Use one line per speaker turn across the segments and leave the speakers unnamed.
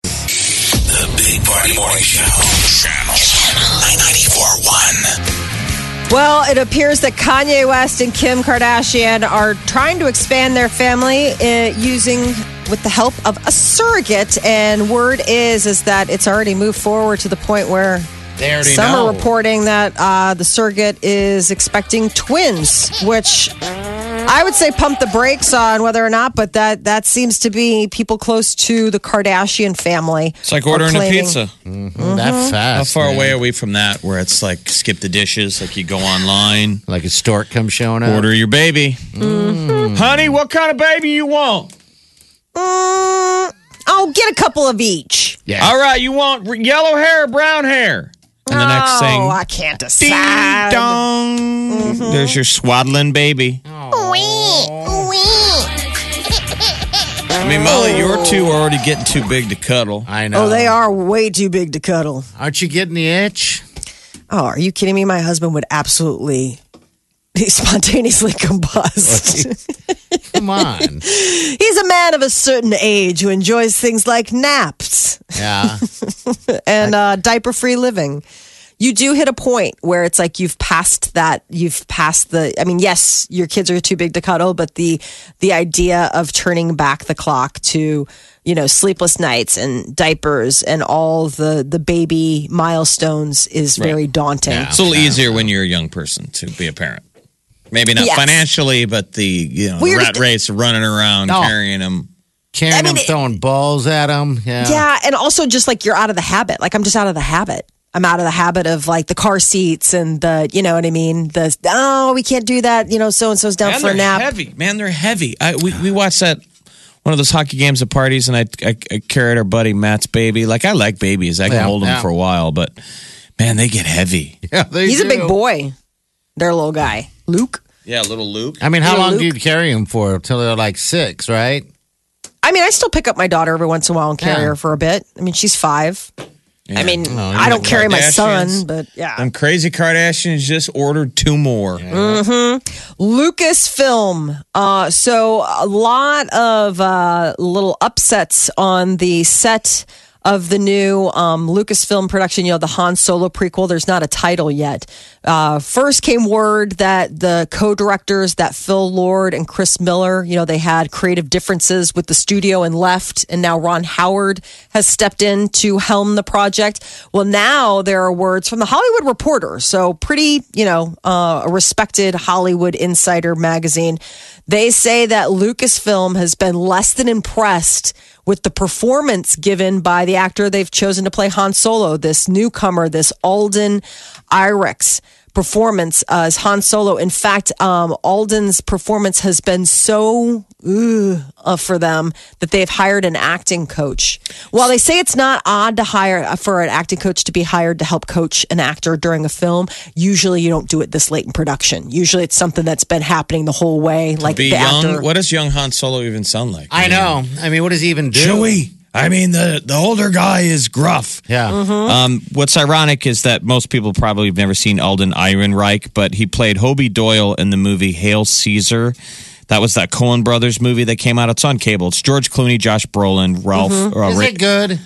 The Big Party Morning Show. Channel 941.
Well, it appears that Kanye West and Kim Kardashian are trying to expand their family uh, using with the help of a surrogate and word is is that it's already moved forward to the point where
They already
some
know.
are reporting that uh, the surrogate is expecting twins, which I would say pump the brakes on whether or not, but that that seems to be people close to the Kardashian family.
It's like
are
ordering a
claiming-
pizza.
Mm-hmm.
That
How
fast.
far
man.
away are we from that where it's like skip the dishes, like you go online,
Like a stork comes showing up.
order your baby.
Mm.
Honey, what kind of baby you want?
Mm, oh, get a couple of each.
Yeah.
All right, you want r- yellow hair or brown hair? And the next thing,
Oh, I Mm-hmm. can't
ding
decide.
dong. There's your swaddling baby. I mean, Molly, your two are already getting too big to cuddle.
I know.
Oh, they are way too big to cuddle.
Aren't you getting the itch?
Oh, are you kidding me? My husband would absolutely spontaneously combust.
Come on.
He's a man of a certain age who enjoys things like naps
yeah.
and uh, diaper free living. You do hit a point where it's like you've passed that. You've passed the. I mean, yes, your kids are too big to cuddle, but the the idea of turning back the clock to you know sleepless nights and diapers and all the the baby milestones is very daunting.
It's a little easier when you're a young person to be a parent. Maybe not
Yes.
financially, but the you know the
Weird-
rat race of running around
Oh.
No.
carrying them.
Carrying
I mean,
them,
it-
throwing balls at them. Yeah.
Yeah, and also just like you're out of the habit. Like I'm just out of the habit. I'm out of the habit of like the car seats and the, you know what I mean? The, oh, we can't do that. You know, so and so's down
Man,
for a
they're
nap.
heavy. Man, they're heavy. I, we, we watched that one of those hockey games at parties, and I, I, I carried our buddy Matt's baby. Like I like babies, I can
Yeah,
hold them
yeah.
for a while, but man, they get heavy.
Yeah, they
He's a big
do.
boy. Their little guy, Luke.
Yeah, little Luke.
I mean, how
Little
long
Luke.
do you carry them for? Until they're like six, right?
I mean, I still pick up my daughter every once in a while and carry
Yeah.
her for a bit. I mean, she's five. I mean,
you're
I don't carry my son,
Kardashians.
but yeah.
Them crazy Kardashians just ordered two more.
Mm, Lucasfilm. Uh, so a lot of uh, little upsets on the set of the new um, Lucasfilm production. You know, the Han Solo prequel. There's not a title yet. Uh, first came word that the co-directors, that Phil Lord and Chris Miller, you know, they had creative differences with the studio and left, and now Ron Howard has stepped in to helm the project. Well, now there are words from the Hollywood Reporter, so pretty, you know, uh, a respected Hollywood insider magazine. They say that Lucasfilm has been less than impressed with the performance given by the actor they've chosen to play Han Solo, this newcomer, this Alden Irix performance as Han Solo. In fact, um, Alden's performance has been so ugh, uh, for them that they've hired an acting coach. While they say it's not odd to hire uh, for an acting coach to be hired to help coach an actor during a film, usually you don't do it this late in production. Usually it's something that's been happening the whole way, like
Be
the
young.
actor.
What does young Han Solo even sound like?
I know. I mean, what does he even do?
Chewy. I mean, the the older guy is gruff.
Yeah.
Mm-hmm.
Um, what's ironic is that most people probably have never seen Alden Ehrenreich, but he played Hobie Doyle in the movie Hail Caesar. That was that Coen Brothers movie that came out. It's on cable. It's George Clooney, Josh Brolin, Ralph. uh,
Mm-hmm. Is
Ra-
it good?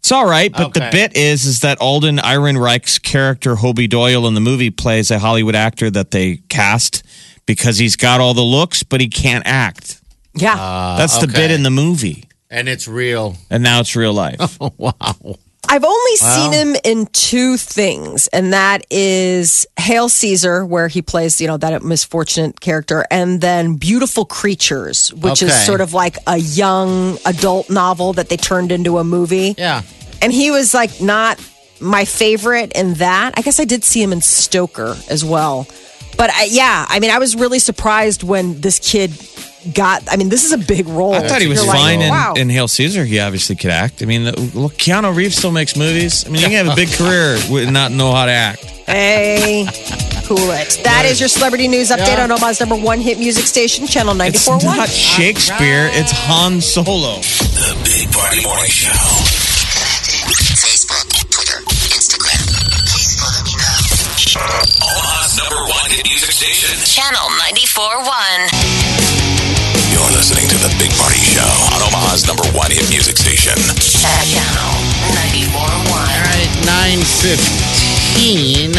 It's all right, but the
Okay.
bit is is that Alden Ehrenreich's character Hobie Doyle in the movie plays a Hollywood actor that they cast because he's got all the looks, but he can't act.
yeah.
That's the bit
okay.
in the movie,
And it's real.
and now it's real life.
I've only seen him in two things, and that is Hail Caesar, where he plays, you know, that misfortunate character, and then Beautiful Creatures, which is
Okay.
sort of like a young adult novel that they turned into a movie.
Yeah.
And he was like not my favorite in that. I guess I did see him in Stoker as well. But I, yeah, I mean, I was really surprised when this kid got. I mean, this is a big role.
I thought he was
You're like,
fine in,
wow.
in Hail Caesar. He obviously could act. I mean, look, Keanu Reeves still makes movies. I mean, you can have a big career with not know how to act.
Hey, cool it. That is your celebrity news update on Omaha's number one hit music station, Channel
It's
94.1.
not Shakespeare. It's Han Solo.
The Big Party Morning Show.
Facebook, Twitter, Instagram. Please follow me now.
Omaha's number one hit music station.
Channel 94.1.
You're listening to The Big Party Show on Omaha's number one hit music station.
Channel
All
94.1.
right, 915.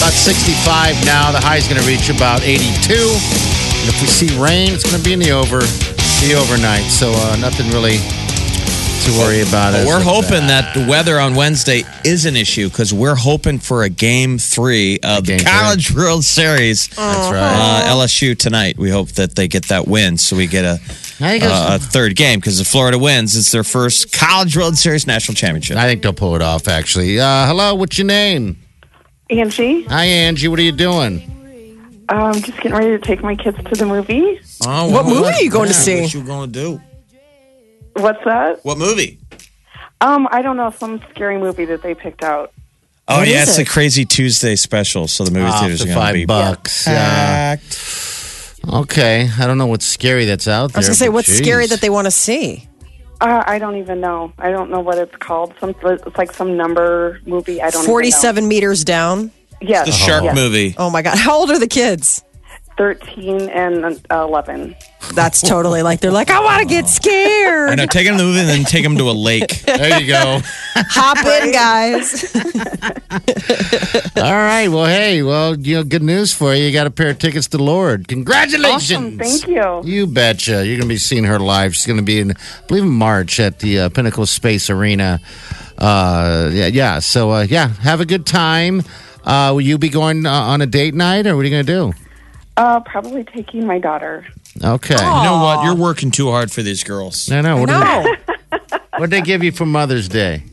About 65 now. The high's going to reach about 82. And if we see rain, it's going to be in the over, the overnight. So uh, nothing really to worry about.
But
as
we're
of
hoping that the weather on Wednesday is an issue because we're hoping for a game three of
Game
the
three.
College World Series.
Oh.
That's
Uh-huh.
right.
Uh, LSU tonight. We hope that they get that win so we get a,
I think, it was-
uh, a third game because if Florida wins, it's their first College World Series national championship.
I think they'll pull it off, actually. Uh, hello, what's your name?
Angie,
Hi, Angie. What are you doing?
I'm um, just getting ready to take my kids to the movie.
Oh,
What movie are you going to
yeah,
see?
What you going to do?
What's that?
What movie?
Um, I don't know, some scary movie that they picked out.
Oh
What
yeah,
is
it's
it?
a crazy Tuesday special, so the movie
Off
theaters
the
are going to
five
be
bucks. Yeah.
packed.
Okay. I don't know what's scary that's
I
out there.
was going to say,
but
what's scary
geez.
that they want to see?
Uh, I don't even know. I don't know what it's called. Some it's like some number movie. I don't. even know.
47 meters down.
Yes,
The shark
yes.
movie.
Oh my God. How old are the kids?
Thirteen and uh, eleven.
That's totally like, they're like, I want to get
I
scared.
know. Take them to the movie and then take them to a lake.
There you go.
Hop in, guys.
All right. Well, hey. Well, you know, good news for you. You got a pair of tickets to Lord. Congratulations.
Awesome. Thank you.
You betcha. You're going to be seeing her live. She's going to be in, I believe, in March at the uh, Pinnacle Space Arena. Uh, yeah, yeah. So, uh, yeah, have a good time. Uh, will you be going uh, on a date night, or what are you going to
Uh, probably taking my daughter.
do? Okay.
You
Oh.
know what? You're working too hard for these girls.
No, no. What did
No.
what they give you for Mother's Day?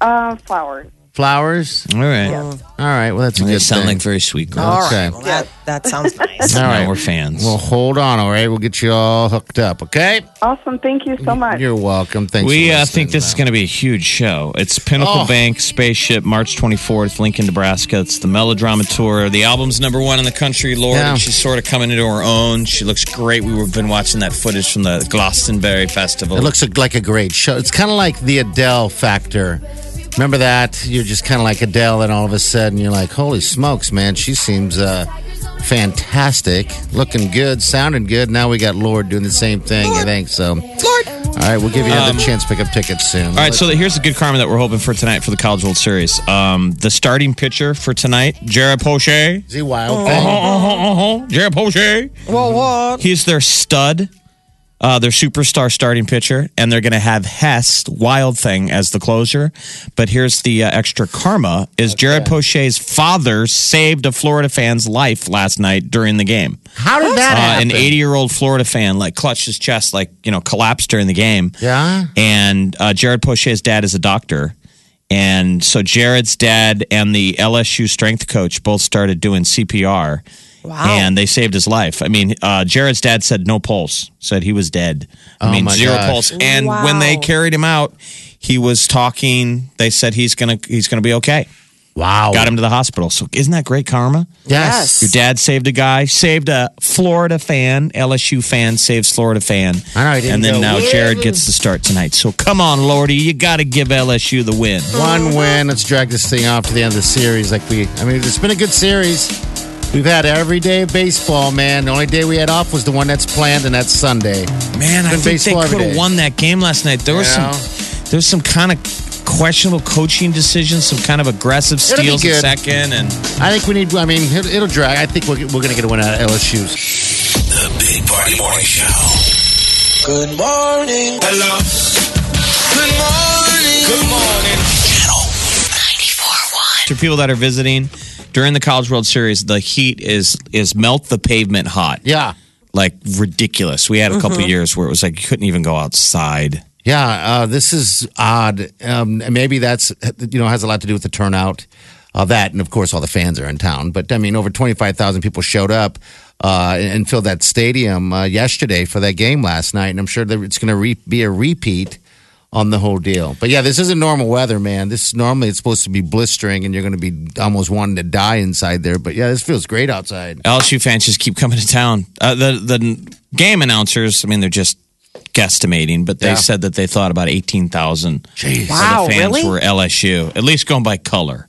Uh, flowers.
Flowers.
All right.
All right. Well, that's a
They
good
sound
thing.
like very sweet girls.
All
Okay.
right. Well, that, that sounds nice.
all
Now
right.
we're fans.
well, hold on. All right. We'll get you all hooked up. Okay.
Awesome. Thank you so much.
You're welcome. Thanks.
we
for
uh,
listening
think this is
to
going to be a huge show. It's Pinnacle
Oh.
Bank Spaceship, March 24th, Lincoln, Nebraska. It's the Melodrama Tour. The album's number one in the country, Lord,
Yeah.
and she's sort of coming into her own. She looks great. We've been watching that footage from the Glastonbury Festival.
It looks like a great show. It's kind of like the Adele factor. Remember that? You're just kind of like Adele, and all of a sudden you're like, holy smokes, man, she seems uh, fantastic, looking good, sounding good. Now we got Lord doing the same thing, I think. So, Lord. All right, we'll give you another chance to pick up tickets soon.
Um, All right, so here's the good karma that we're hoping for tonight for the College World Series. Um, the starting pitcher for tonight, Jared Poche.
Z Wild thing.
Uh-huh, Jared Poche.
Whoa, whoa.
He's their stud, uh, their superstar starting pitcher, and they're going to have Hess Wild Thing as the closer. But here's the uh, extra karma: is Jared Poche's father saved a Florida fan's life last night during the game?
How did that
Uh,
happen?
an 80 year old Florida fan like clutched his chest, like you know, collapsed during the game.
Yeah.
And uh, Jared Poche's dad is a doctor. And so Jared's dad and the LSU strength coach both started doing CPR.
Wow.
And they saved his life. I mean, uh, Jared's dad said no pulse, said he was dead. I
Oh
mean,
my
zero
gosh.
pulse. And when they
Wow.
carried him out, he was talking. They said he's gonna he's gonna be okay.
Wow.
Got him to the hospital. So isn't that great karma?
Yes.
Your dad saved a guy, saved a Florida fan, LSU fan, saves Florida fan.
I know, I didn't
and then
go,
now
"Woo."
Jared gets the start tonight. So come on, Lordy, you got to give LSU the win.
One win. Let's drag this thing off to the end of the series. Like we, I mean, it's been a good series. We've had every day of baseball, man. The only day we had off was the one that's planned, and that's Sunday.
Man, I
Been
think they
baseball every
could have
day.
won that game last night. There was
Yeah.
some, there was some kind of questionable coaching decisions, some kind of aggressive
It'll be
steals in
good.
second, and
I think we need. I mean, it'll, it'll drag. I think we're, we're going to get a win out of LSU's.
The Big Party Morning Show. Good morning. Hello. Good morning. Good morning. Channel
94.1.
to people that are visiting during the College World Series, the heat is is melt the pavement hot.
Yeah,
like ridiculous. We had a couple years where it was like you couldn't even go outside.
yeah. Uh, this is odd. Um, maybe that's you know has a lot to do with the turnout. Uh, that and of course all the fans are in town. But I mean, over twenty five thousand people showed up. uh, and, and filled that stadium uh, yesterday for that game last night. And I'm sure that it's going to re- be a repeat on the whole deal. But yeah, this isn't normal weather, man. This normally it's supposed to be blistering, and you're going to be almost wanting to die inside there. But yeah, this feels great outside.
LSU fans just keep coming to town. Uh, the the game announcers, I mean, they're just guesstimating, but they
Yeah.
said that they thought about eighteen thousand.
Jeez.
Wow,
the fans
really?
were LSU, at least going by color.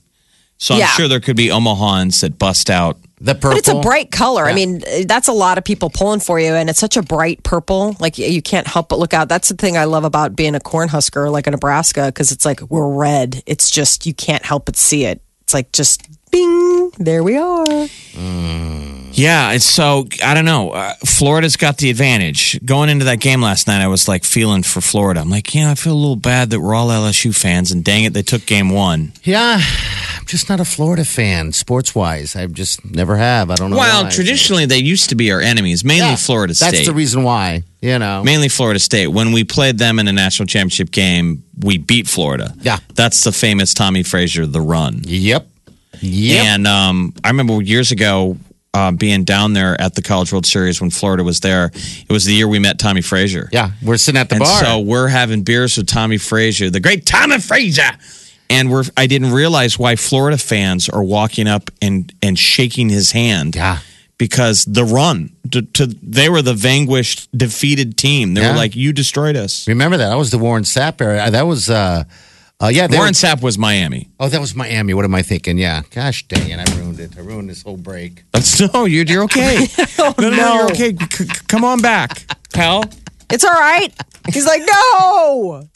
So
Yeah.
I'm sure there could be Omahans that bust out.
The purple.
But it's a bright color. I mean, uh, that's a lot of people pulling for you, and it's such a bright purple. Like y- you can't help but look out. That's the thing I love about being a Cornhusker, like a Nebraska, because it's like we're red. It's just you can't help but see it. It's like just bing, there we are.
Yeah, it's so I don't know. Uh, Florida's got the advantage. Going into that game last night, I was like feeling for Florida. I'm like, yeah, I feel a little bad that we're all LSU fans, and dang it, they took game one.
Yeah, I'm just not a Florida fan, sports wise. I just never have. I don't know.
Well,
why.
traditionally they used to be our enemies, mainly
Yeah,
Florida State.
That's the reason why. You know.
mainly Florida State. When we played them in a national championship game, we beat Florida.
Yeah.
That's the famous Tommy Frazier, the run.
Yep. Yep.
And um, I remember years ago uh, being down there at the College World Series when Florida was there. It was the year we met Tommy Frazier.
yeah, we're sitting at the
And
bar.
so we're having beers with Tommy Frazier, the great Tommy Frazier. And we're I didn't realize why Florida fans are walking up and and shaking his hand.
Yeah.
Because the run to, to they were the vanquished, defeated team. They
Yeah.
were like, You destroyed us.
Remember that? That was the Warren Sapp era. That was, uh, uh yeah. they
Warren
were-
Sapp was Miami.
oh, that was Miami. What am I thinking? Yeah. Gosh dang it. I ruined it. I ruined this whole break.
That's no, you're you're okay. no, no,
no.
you're okay. C- c- come on back, pal.
It's all right. He's like, no.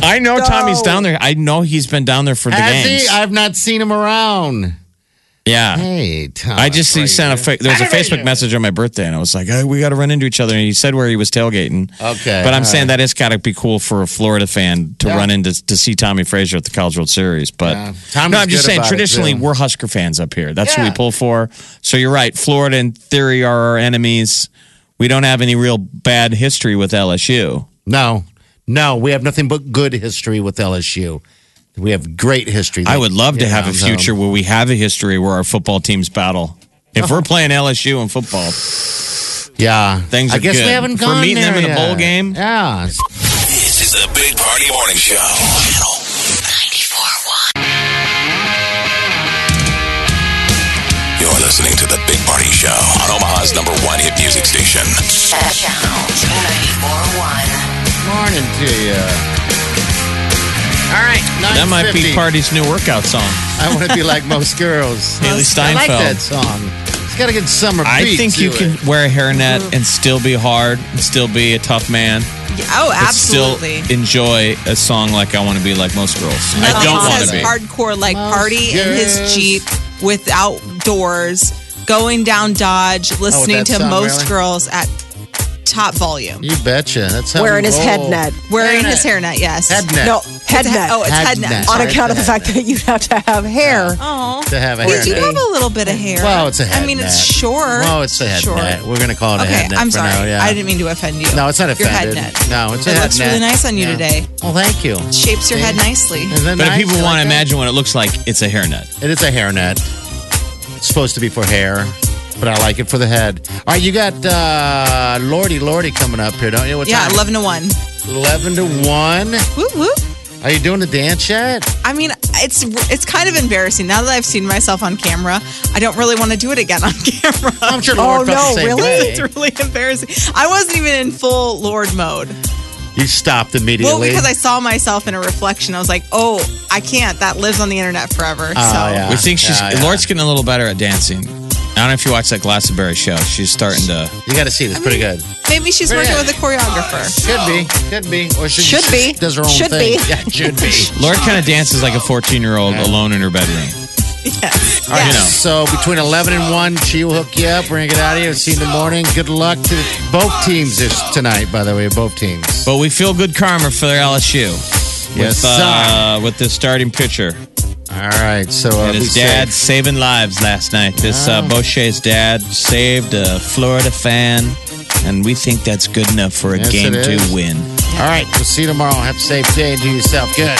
I know Tommy's down there. I know he's been down there for the
Has
games.
he? I've not seen him around.
yeah.
Hey, Tom.
I just he sent a fa- there was a Facebook message on my birthday, and I was like, "Hey, we got to run into each other." And he said where he was tailgating.
Okay,
but I'm
all
saying that it's got to be cool for a Florida fan to
Yeah.
run into to see Tommy Frazier at the College World Series. But
Yeah. Tommy's
no, I'm just
good
saying
about it,
traditionally
too.
we're Husker fans up here. That's what
Yeah.
we pull for. So you're right. Florida, in theory, are our enemies. We don't have any real bad history with LSU.
No, no, we have nothing but good history with LSU. We have great history.
I would love to
Yeah,
have a
so-
future where we have a history where our football teams battle. If we're playing LSU in football,
Yeah,
Things
I
are
guess
good.
we haven't
If
gone
we're meeting
there
them in a
yet.
bowl game?
Yeah,
This is the Big Party Morning Show. Channel
941.
You're listening to the Big Party Show on Omaha's number one hit music station.
Channel 941.
morning to you. All right,
that might be
9:50.
Party's new workout song.
I want to be like most girls.
Haley
I like
Steinfeld.
that song. It's got a good summer.
I
beat
think
to
you
it. Mm-hmm.
can wear a hairnet and still be hard and still be a tough man,
Oh,
but
absolutely.
still enjoy a song like "I Want to Be Like Most Girls." I
Nothing
don't want
says
to be.
hardcore like
Most
party in
girls.
his Jeep with outdoors, going down Dodge, listening
Oh, that
to
song,
most
really?
girls at top volume.
You betcha. That's how
Wearing
we
his head
roll.
net.
Wearing his hairnet, yes.
Head net.
No, head
It's a-
net.
Oh, it's
Head
head,
net.
net.
on account of the fact that you have to have hair.
Oh.
to have a
We
hair
do
net.
have a little bit of hair.
Well, it's a head
I mean, it's
net.
short.
Well, it's a head
Short.
net. We're gonna call it a
Okay,
head net
I'm
for
sorry.
now. Yeah.
I didn't mean to offend you.
No, it's not
Your
offended.
head net.
No, it's a
It
head
looks
net.
really nice on you
Yeah.
today.
Well, thank you.
Shapes your head nicely.
Isn't that
But
nice?
if people
You
want to
like that?
imagine what it looks like, it's a hairnet.
It is a hairnet. It's supposed to be for hair, but I like it for the head. All right, you got uh, Lordy Lordy coming up here, don't you? What
Yeah,
time?
11 to 1.
11 to 1.
Woo woo.
Are you doing the dance yet?
I mean, it's it's kind of embarrassing now that I've seen myself on camera. I don't really want to do it again on camera.
I'm sure Lord
Oh,
felt the
no,
same
really?
way.
it's really embarrassing. I wasn't even in full Lord mode.
You stopped immediately.
Well, because I saw myself in a reflection, I was like, "Oh, I can't. That lives on the internet forever."
Oh,
so
yeah.
we think she's
Yeah, yeah.
Lord's getting a little better at dancing. I don't know if you watch that Glastonbury show. She's starting to.
You got to see this. Pretty good.
maybe she's
Pretty
working
good.
with a choreographer.
Could be. Could be. Or she
Should
just
be.
Does her own
Should
thing.
be.
Yeah, should be.
Lord kind of dances like a 14 year old alone in her bedroom.
Yes.
You know.
So between 11 and 1, she'll hook you up. We're going to get out of here. See you in the morning. Good luck to the, both teams this, tonight, by the way. Both teams.
But we feel good karma for LSU.
Yes,
With, uh, with this starting pitcher.
All right. So uh,
And
be
his dad
safe. Ah.
saving lives last night. This uh, Boche's dad saved a Florida fan, and we think that's good enough for a
Yes,
game
it
two
is.
win.
All right. We'll see you tomorrow. Have a safe day and do yourself good.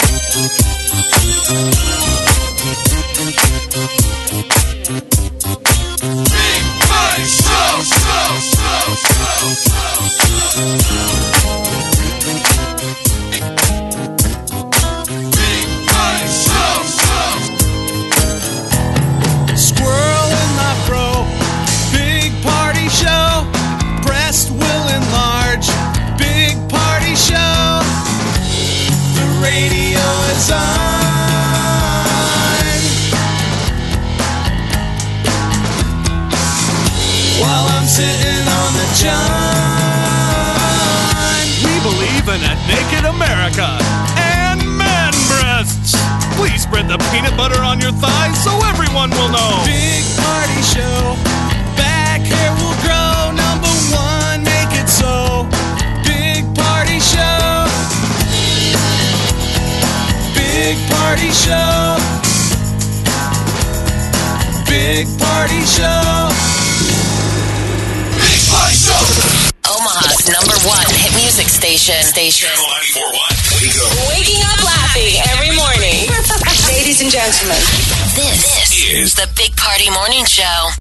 Show,
Squirrel in my fro, big party show. Breast will enlarge, big party show. The radio is on. While I'm sitting on the john. We believe in a naked America and man breasts. Please spread the peanut butter on your thighs so everyone will know. Big party show. Back hair will grow. Number one, make it so. Big party show. Big party show. Big party show. Big party show.
Omaha's number one hit music station. Station. Waking up laughing every morning. Ladies and gentlemen, this, is the Big Party Morning Show.